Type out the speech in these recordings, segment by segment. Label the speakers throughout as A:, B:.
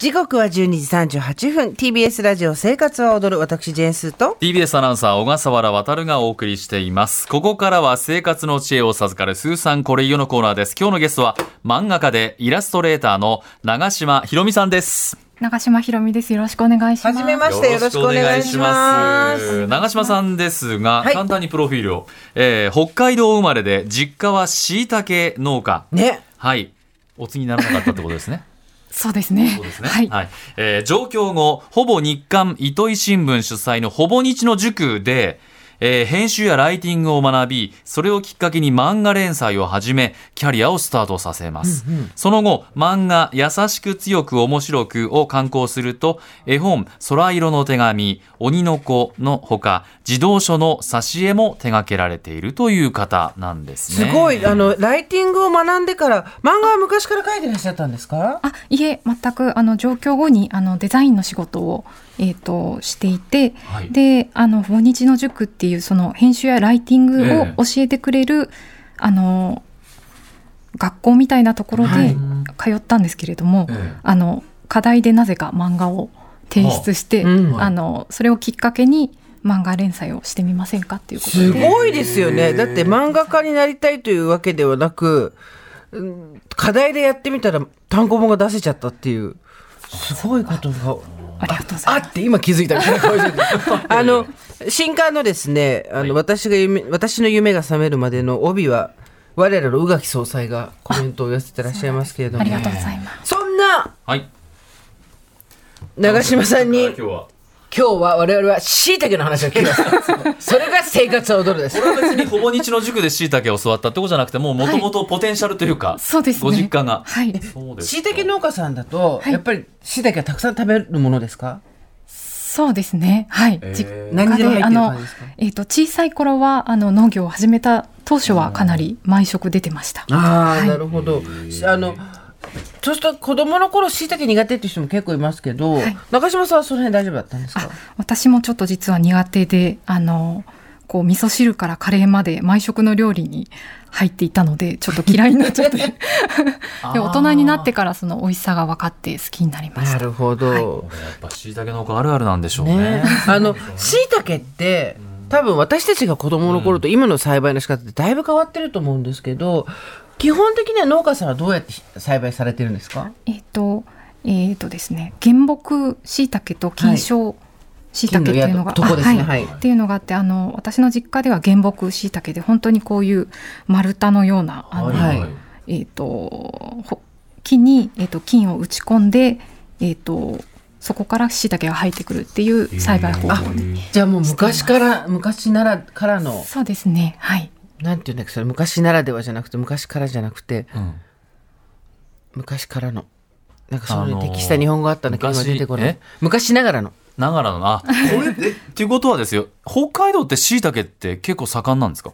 A: 時刻は12時38分 TBS ラジオ生活は踊る私ジェーンスーと
B: TBS アナウンサー小笠原渉がお送りしていますここからは生活の知恵を授かるスーさんこれいよのコーナーです今日のゲストは漫画家でイラストレーターの長島ひろみさんです
C: 長島ひろみです。よろしくお願いします。
A: はじめましてよろしくお願いします
B: 長島さんですが、
A: はい
B: 簡単にプロフィールを、えー北海道生まれで実家は椎茸農家
A: ね
B: はいお継ぎにならなかったってことですね
C: そうですね。
B: そうですね。は。
C: はいい。
B: えー上京後、ほぼ日刊糸井新聞主催のほぼ日の塾で、えー編集やライティングを学び、それをきっかけに漫画連載を始め、キャリアをスタートさせます。その後、漫画、優しく強く面白くを刊行すると、絵本、空色の手紙、鬼の子のほか、児童書の挿絵も手掛けられているという方なんです
A: す
B: ね。
A: ごい、あのライティングを学んでから漫画は昔から書いてらっしゃったんですか
C: あ、いえ、全く、あの、上京後に、あの、デザインの仕事を、えっ、と、していて、
B: はい
C: で、あの、訪日の塾っていう、その、編集やライティング
B: ええ
C: を教えてくれる、あの、学校みたいなところ
B: はい
C: で通ったんですけれども、
B: ええ
C: あの、課題でなぜか漫画を提出して、
A: はあうん
C: あの、それをきっかけに、漫画連載をしてみませんかっていうこと
A: す
C: で。
A: ごいですよねだって漫画家になりたいというわけではなくうん課題でやってみたら単行本が出せちゃったっていうすごいことが
C: ありがとうございます
A: あ。って今気づいたみたいな顔してる あの新刊のですねあの、私が夢私の夢が覚めるまでの帯は我らの宇垣総裁がコメントを寄せてらっしゃいますけれど
C: あ
A: も
C: りがとうございます。
A: そんな
B: はい。
A: 長嶋さんに
B: 今日は。
A: 今日は我々は椎茸の話を聞き ますそれが生活は踊るです
B: これは別にほぼ日の塾で椎茸を教わったってことじゃなくてもうもともとポテンシャルというか、
C: そうですね。
B: ご実家が、
C: はい。
B: そうです
A: 椎茸農家さんだと、
C: はい
A: やっぱり椎茸はたくさん食べるものですか
C: そうですね。はい。
B: えー
C: 実家
A: 何でも入ってる
C: あの
A: 感じですか、
C: えっ、と、小さい頃は、あの、農業を始めた当初はかなり毎食出てました。
A: ああ、
C: はい
A: なるほどあのそうすると子供の頃椎茸苦手っていう人も結構いますけど、
C: はい
A: 中島さんはその辺大丈夫だったんですか
C: あ私もちょっと実は苦手で、あの、こう味噌汁からカレーまで毎食の料理に入っていたのでちょっと 嫌いになっちゃって で大人になってからその美味しさが分かって好きになりまし
A: な
C: た
A: るほど、
B: やっぱ椎茸の子あるあるなんでしょうね
A: ね、あの椎茸って多分私たちが子供の頃と今の栽培の仕方ってだいぶ変わってると思うんですけど基本的には農家さんはどうやって栽培されてるんですか
C: えっ、とえっ、とですね原木しいたけと菌床しいたけっていうの
A: 金の
C: が
A: 宿とこですね
C: あ
A: はい
C: っていうのがあってあの私の実家では原木しいたけで本当にこういう丸太のようなあの、
A: はい
C: えっ、とほ木に、えー、と菌を打ち込んで、えー、とそこからしいたけが生えてくるっていう栽培方法に、
A: じゃあもう昔から昔ならからの
C: そうですねはい
A: なんていうんだっけそれ昔ならではじゃなくて昔からじゃなくて
B: うん
A: 昔からのなんかそ
B: あ
A: れ
B: の
A: に
B: ー
A: 適した日本語あったんだけど今
B: 昔
A: 出てこない
B: え
A: 昔ながらの
B: ながらのなこ れっていうことはですよ北海道って椎茸って結構盛んなんですか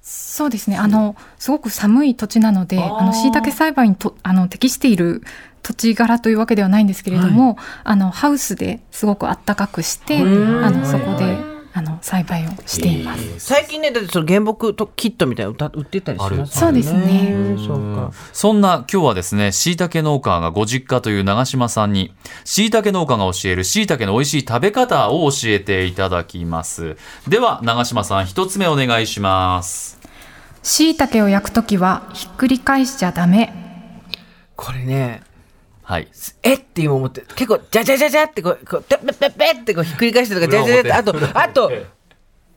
C: そうですねあのすごく寒い土地なので
B: あー
C: あの椎茸栽培にとあの適している土地柄というわけではないんですけれども、あのハウスですごくあったかくしてあ
A: うん
C: のそこであの栽培をしています。
A: 最近ねだってその原木とキットみたいなの歌売ってたりしますよね
C: あるそうですね
A: うんそうか
B: そんな今日はですね、椎茸農家がご実家という長島さんに、椎茸農家が教える椎茸の美味しい食べ方を教えていただきます。では、長島さん、一つ目お願いします。
C: 椎茸を焼くときはひっくり返しちゃダメ。
A: これね
B: はい。
A: えって今思って結構じゃじゃじゃじゃってこうこうペッペッペッペッってこうひっくり返したとかじゃじゃじゃってあとあと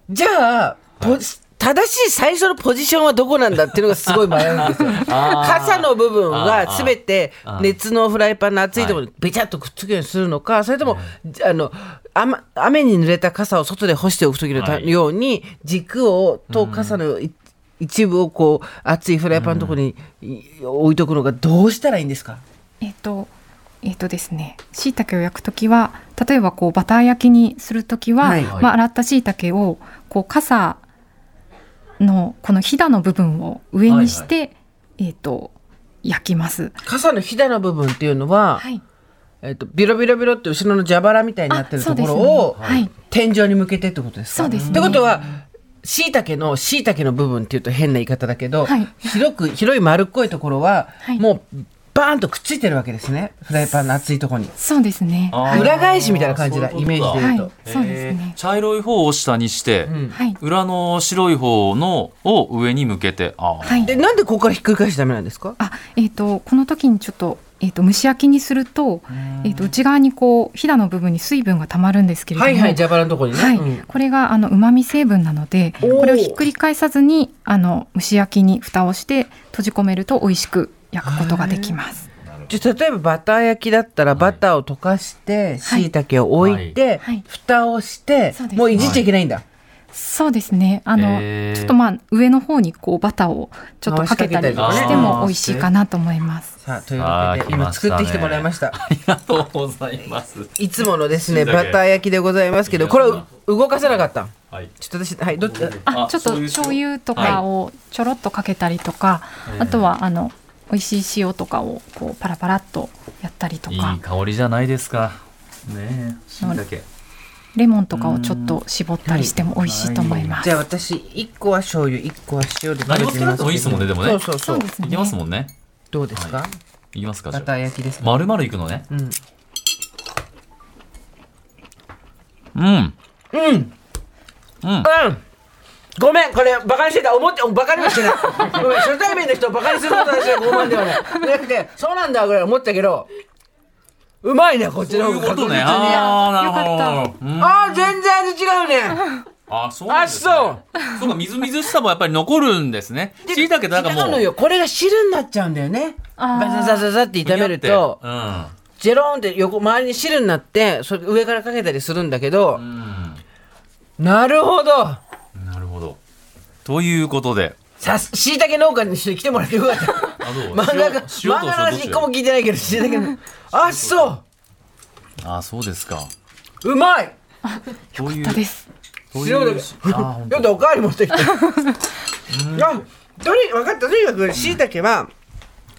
A: じゃあポ正しい最初のポジションはどこなんだっていうのがすごい迷うんですよ
B: あー
A: 傘の部分
B: あ
A: が
B: ー
A: 全て
B: あー
A: 熱のフライパンの熱いところにべちゃっとくっつくようにするのかそれともあの雨雨に濡れた傘を外で干しておく時のた
B: はい
A: ように軸をと傘のい一部をこう熱いフライパンのところにい置いとくのがどうしたらいいんですか
C: えっ、と、えっ、とですね、椎茸を焼くときは、例えばこうバター焼きにするときは、
A: はい
C: まあ洗った椎茸をこう傘のこのひだの部分を上にして、えっ、と焼きます。
A: 傘のひだの部分っていうのは、
C: はい。
A: えっとビロビロビロって後ろの蛇腹みたいになってる
C: あそ
A: と
C: うで
A: こ
C: すね
A: ろを、
C: はい
A: 天井に向けてってことですか
C: そうですね
A: ってことは椎茸の椎茸の部分っていうと変な言い方だけど、
C: はい
A: 広く広い丸っこいところは、
C: はい
A: もうバーンとくっついてるわけですねフライパンの熱いところに
C: そうですね。
B: あー
A: 裏返しみたいな感じだ
B: そういう
A: イ
B: こと
A: メージで
C: は
A: 言
C: いう
A: と、、
C: そうですね
B: えー。茶色い方を下にして、
A: うん
C: はい、
B: 裏の白い方のを上に向けてあー
C: はい
A: で。なんでここからひっくり返しちゃダメなんですか
C: あ、えっ、と、この時にちょっと、えっ、と、蒸し焼きにすると。えっ、と、内側にこう、ひだの部分に水分がたまるんですけれども。
A: はいはい蛇腹のところにね、
C: はい
A: うん
C: これがあの旨味成分なので、
A: おー
C: これをひっくり返さずにあの蒸し焼きに蓋をして閉じ込めると美味しく焼くことができます。
A: じゃあ例えばバター焼きだったらバターを溶かして
C: はい
A: しいたけを置いて、
C: はい
A: 蓋をして、
C: そうです
A: もういじっちゃいけないんだ、
C: そうですね。あの、
B: えー
C: ちょっとまあ上の方にこうバターをちょっとかけた
A: 回しかけた
C: り
A: りとかね
C: しても美味しいかなと思います。
A: さあというわけで
B: あー来ま
A: 今
B: したね
A: 作ってきてもらいました
B: ありがとうございます。
A: いつものです ね
B: 椎茸
A: バター焼きでございますけどこれを動かさなかった
B: はい。
A: ちょっと私はいどっち
C: あ
B: あ
C: ちょっと
B: そういう
C: 醤油とかをちょろっとかけたりとか、あとはあの美味しい塩とかをこうパラパラっとやったりと
B: いい
C: か
B: 香りじゃないですか。ねえ、しいたけ。
C: レモンとかをちょっと絞ったりしても美味しいと思います
A: じ。ゃあ私一個は醤油一個は塩で食べてみますけど
B: 何もつけなくてもいいですもんねでもね
A: そうそうそう
C: そうです
B: いきますもんね。
A: どうですか、
B: いきますか。じ
A: バ
B: ゃ
A: タ
B: あ
A: ー焼きですか、
B: 丸々いくのね。
A: うん
B: うん。
A: うんうんごめんこれバカにしてた思ってバカには してないごめん初対面の人をバカにすることはしない傲慢ではないじゃなくてそうなんだぐらい思ったけどうまいねこっち
B: そ
A: の
B: う
A: 方
B: いう
A: が
B: ことね。
A: 確実に
B: ああ、なるほど。うん
A: あー全然味違うね
B: あそうなんですね
A: あ
B: そうか、みずみずしさもやっぱり残るんですね。しいたけなんかも
A: 違う
B: う。
A: のよこれが汁になっちゃうんだよね
C: あー
A: バザザザザって炒めると
B: うん。あ
A: ジェローンって横周りに汁になってそれ上からかけたりするんだけど、なるほど
B: なるほど。ということで。
A: さすしいたけ農家の人に来てもらってよかった
B: あ、どう
A: 漫画が漫
B: 塩塩
A: 画
B: と
A: の話一個も聞いてないけどしいたけのあそ
B: あ、そうですか。
A: ううまい
B: という
C: そうです。
B: そういう
A: 塩だ
B: あーほん
A: ちょっとおかわり持 ってきてあとに分かったとにかくしいたけは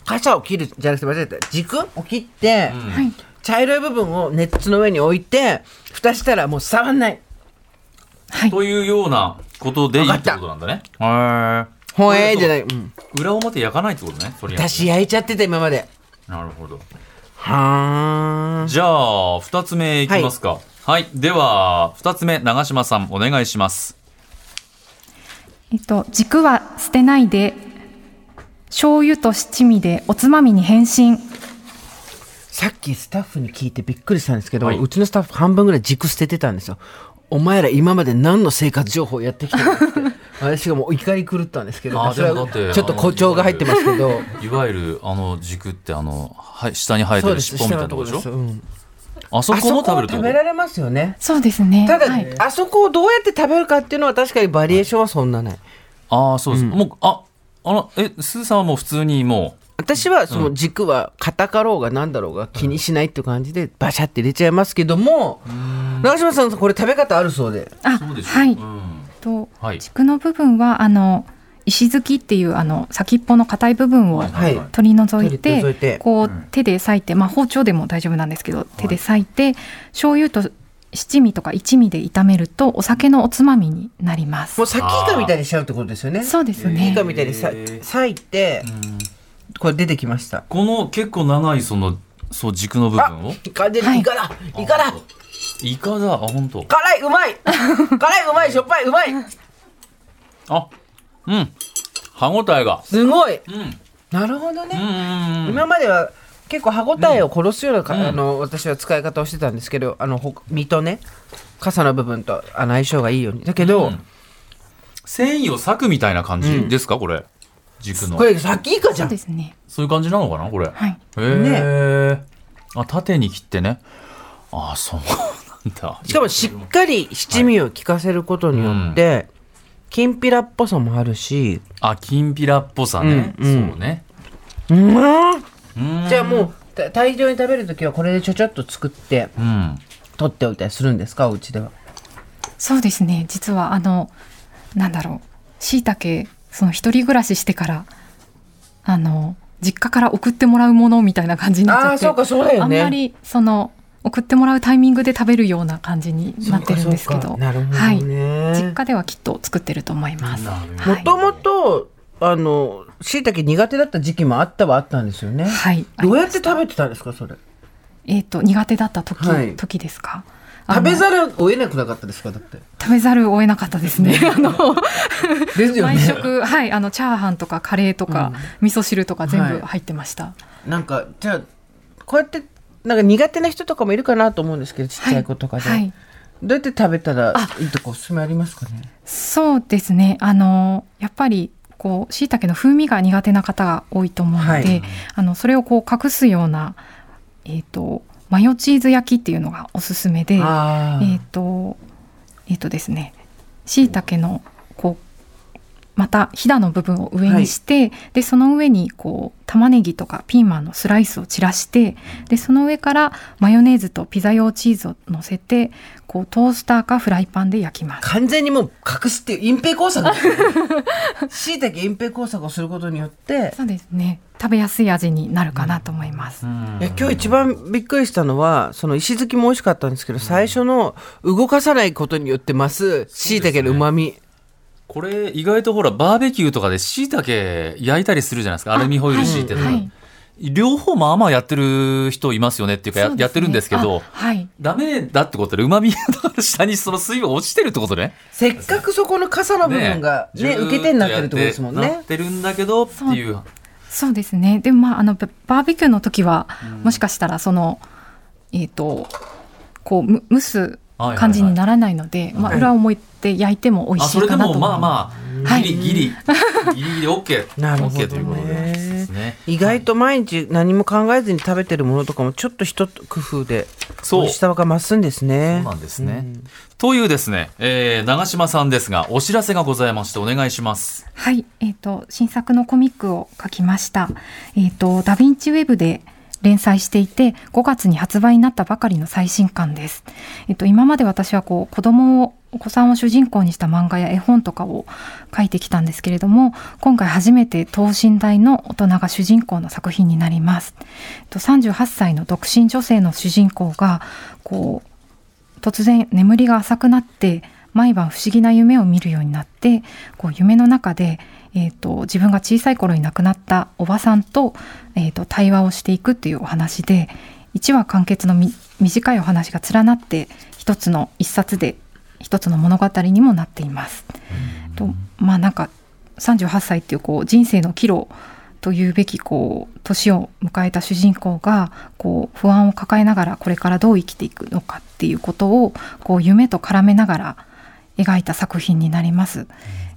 A: 傘を切るじゃなくて間違えた軸を切って、
C: はい。
A: 茶色い部分をネットの上に置いて蓋したらもう触んない
C: はい。
B: というようなことでいい
A: わか
B: っ
A: ってた
B: ことなんだね。は
A: ほえーじゃない、うん
B: い。裏表焼かないってことね。とりあえず
A: 私焼いちゃってた今まで
B: なるほど。
A: は
B: じゃあ、二つ目いきますか。はい。では、二つ目、長島さん、お願いします。
C: えっと、軸は捨てないで、醤油と七味でおつまみに変身。
A: さっきスタッフに聞いてびっくりしたんですけど、
B: はいう
A: ちのスタッフ半分ぐらい軸捨ててたんですよお前ら今まで何の生活情報やってきてるのって 私がもう怒り狂ったんですけど
B: あ
A: それは
B: でもだって
A: ちょっと誇張が入ってますけど
B: いわゆる、あの、軸って、あの、はい、下に生えて
A: そう
B: る
A: です
B: 尻尾みた
A: 下の
B: いな
A: と
B: とこ
A: こ
B: で
A: で
B: し
A: す、
B: ょ
A: うん、
B: あそ
A: あ
B: こ
A: そ
B: も
A: こ
B: 食べ
A: を
B: るって
A: 食
B: こ
A: べられますよね
C: そうですね。
A: ただ、
C: はい、
A: あそこをどうやって食べるかっていうのは確かにバリエーションはそんなない
B: とああ、そうです。もう、あ、あの、え、スーさんはもう普通にもう、
A: 私はその軸は硬かろうが何だろうが気にしないっていう感じでバシャって入れちゃいますけども長嶋さんこれ食べ方あるそうで
C: あ、
B: そうでしょ
C: はい。
B: うん
C: と、
B: はい。
C: 軸の部分は、あの、石突きっていう、あの、先っぽの硬い部分を
A: はい
C: 取り除い
A: 取り
C: て、
A: 除いて
C: こう、手で裂いて、まあ、包丁でも大丈夫なんですけど、手で裂いて、醤油と七味とか一味で炒めると、お酒のおつまみになります
A: もう。さっきイカみたいにしちゃうってことですよね
C: そうです
A: イカ
C: ね。
A: みたいにさ
B: へー
A: 裂いてこれ出てきました
B: この結構長い、その、そう、軸の部分を。
A: イカで
C: はい
A: イカだイカだ
B: イカだ、あ、本当。
A: 辛いうまい辛いうまいしょっぱいうまい
B: あ、うん。歯応えが。
A: すごい
B: うん。うん
A: なるほど
B: う
A: ね
B: んうんうん。
A: 今までは結構歯ごたえを殺すようなか、
B: うん
A: あの私は使い方をしてたんですけどあのほ身とね傘の部分とあの相性がいいようにだけど、
B: うん繊維を裂くみたいな感じですか、これ軸の
A: これさっきイカじ
C: そ
A: ゃ
C: うんですね。
B: そういう感じなのかなこれへ
C: はい。
B: え、あ縦に切ってねあそうなんだ
A: しかもしっかり七味を効かせることによって、きんぴらっぽさもあるし、
B: あきんぴらっぽさね、
A: うんうん
B: そうね
A: うんまー
B: うん
A: じゃあもうた大量に食べるときはこれでちょちょっと作って
B: うん
A: 取っておいたりするんですかお家では
C: そうですね実はあのなんだろうしいたけその一人暮らししてからあの実家から送ってもらうものみたいな感じになっちゃって
A: そうだ
C: あんまりその送ってもらうタイミングで食べるような感じになってるんですけ
A: そうかそうか
C: ど
A: なるほど
C: はい、
A: ね
C: 実家ではきっと作ってると思います。
B: なるほど
A: も
C: はい
A: ともとあの椎茸苦手だった時期もあったはあったんですよね。
C: はい
A: どうやって食べてたんですか、それ。
C: えっ、と苦手だった時、
A: はい
C: 時ですかあ
A: 食
C: の
A: べざるを得なくなかったですか、だって。
C: 食べざるを得なかったですねあの
A: ですよ
C: 毎
A: ね。
C: 食はいあのチャーハンとかカレーとか、味噌汁とか全
A: はい
C: 部入ってました、
A: なんか、じゃあ、こうやって、なんか苦手な人とかもいるかなと思うんですけど、ちっちゃい子とかで。
C: はい
A: どうやって食べたらいいとかおすすめありますかね。
C: そうですね。あのやっぱりこう椎茸の風味が苦手な方が多いと思うので、
A: はい
C: あのそれをこう隠すようなえっ、とマヨチーズ焼きっていうのがおすすめで、えっ、
A: ああ。
C: とえっ、とですね、椎茸のこうまたひだの部分を上にして、でその上にこう玉ねぎとかピーマンのスライスを散らしてでその上からマヨネーズとピザ用チーズを乗せてこうトースターかフライパンで焼きます。
A: 完全にもう隠すっていう隠蔽工作ですよね椎茸隠蔽工作をすることによって
C: そうですね。食べやすい味になるかなと思いま
A: い
C: す。
A: や今日一番びっくりしたのはその石突きも美味しかったんですけど最初の動かさないことによって増す椎茸のうまみ
B: これ意外とほらバーベキューとかで椎茸焼いたりするじゃないですかアルミホイル敷いてとか、
C: はいはい
B: 両方まあまあやってる人いますよねっていうかや
C: そうですね
B: やってるんですけ
C: あ
B: ど
C: はい。
B: ダメだってことでうまみが下にその水分落ちてるってことね
A: せっかくそこの傘の部分がね
B: ずーっ
A: 受け手になってるってことですもん
B: やってな
A: ね
B: ってるんだけどっていう
C: そうですね。でまああのババーベキューの時は、もしかしたらそのえっ、とこうむ蒸す感じにならないので、まあ
A: はい
C: 裏表焼いても美味
B: あ
C: し
B: そ
C: い
B: れで
C: かなと
B: も
C: 思い
B: まあ
C: ま
B: ます
C: は
B: あ
C: い
B: ギリギリ、ギリギリ OK
A: なるほどね
B: OK ということでですね
A: 意外と毎日何も考えずに食べてるものとかもちょっと一工夫で美
B: そう
A: 味しさが増すんですね
B: そうなんですね。というですね、えー長嶋さんですが、お知らせがございまして、お願いします。
C: はい、えっ、と新作のコミックを書きました。えっ、とダヴィンチウェブで連載していて、5月に発売になったばかりの最新刊です。えっ、と今まで私はこう子供をお子さんを主人公にした漫画や絵本とかを書いてきたんですけれども、今回初めて等身大の大人が主人公の作品になります。えっと38歳の独身女性の主人公がこう突然眠りが浅くなって毎晩不思議な夢を見るようになってこう夢の中で、えー、と自分が小さい頃に亡くなったおばさんと,、えー、と対話をしていくというお話で1話完結のみ短いお話が連なって一つの一冊で一つの物語にもなっています。とまあなんか38歳っていうこう人生の岐路というべきこう年を迎えた主人公がこう不安を抱えながらこれからどう生きていくのかっていうことをこう夢と絡めながら描いた作品になります。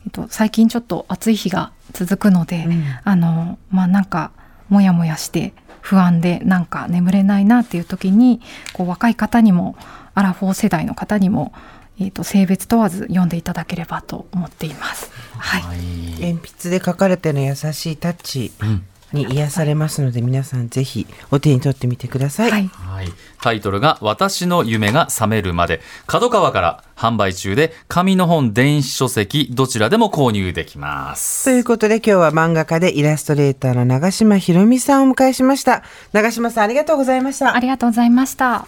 C: えっと、最近ちょっと暑い日が続くので、
A: うん
C: あのまあなんかモヤモヤして不安でなんか眠れないなっていう時にこう若い方にもアラフォー世代の方にも、えっと、性別問わず読んでいただければと思っています。はい
B: はい。
A: 鉛筆で書かれての優しいタッチ
B: うん
A: に癒されますので皆さんぜひお手に取ってみてください、
C: はい
B: はい、タイトルが「私の夢が覚めるまで」角川から販売中で紙の本電子書籍どちらでも購入できま
A: と
B: す
A: いうことで今日は漫画家でイラストレーターの長島ひろみさんをお迎えしました長島さんありがとうございました
C: ありがとうございました。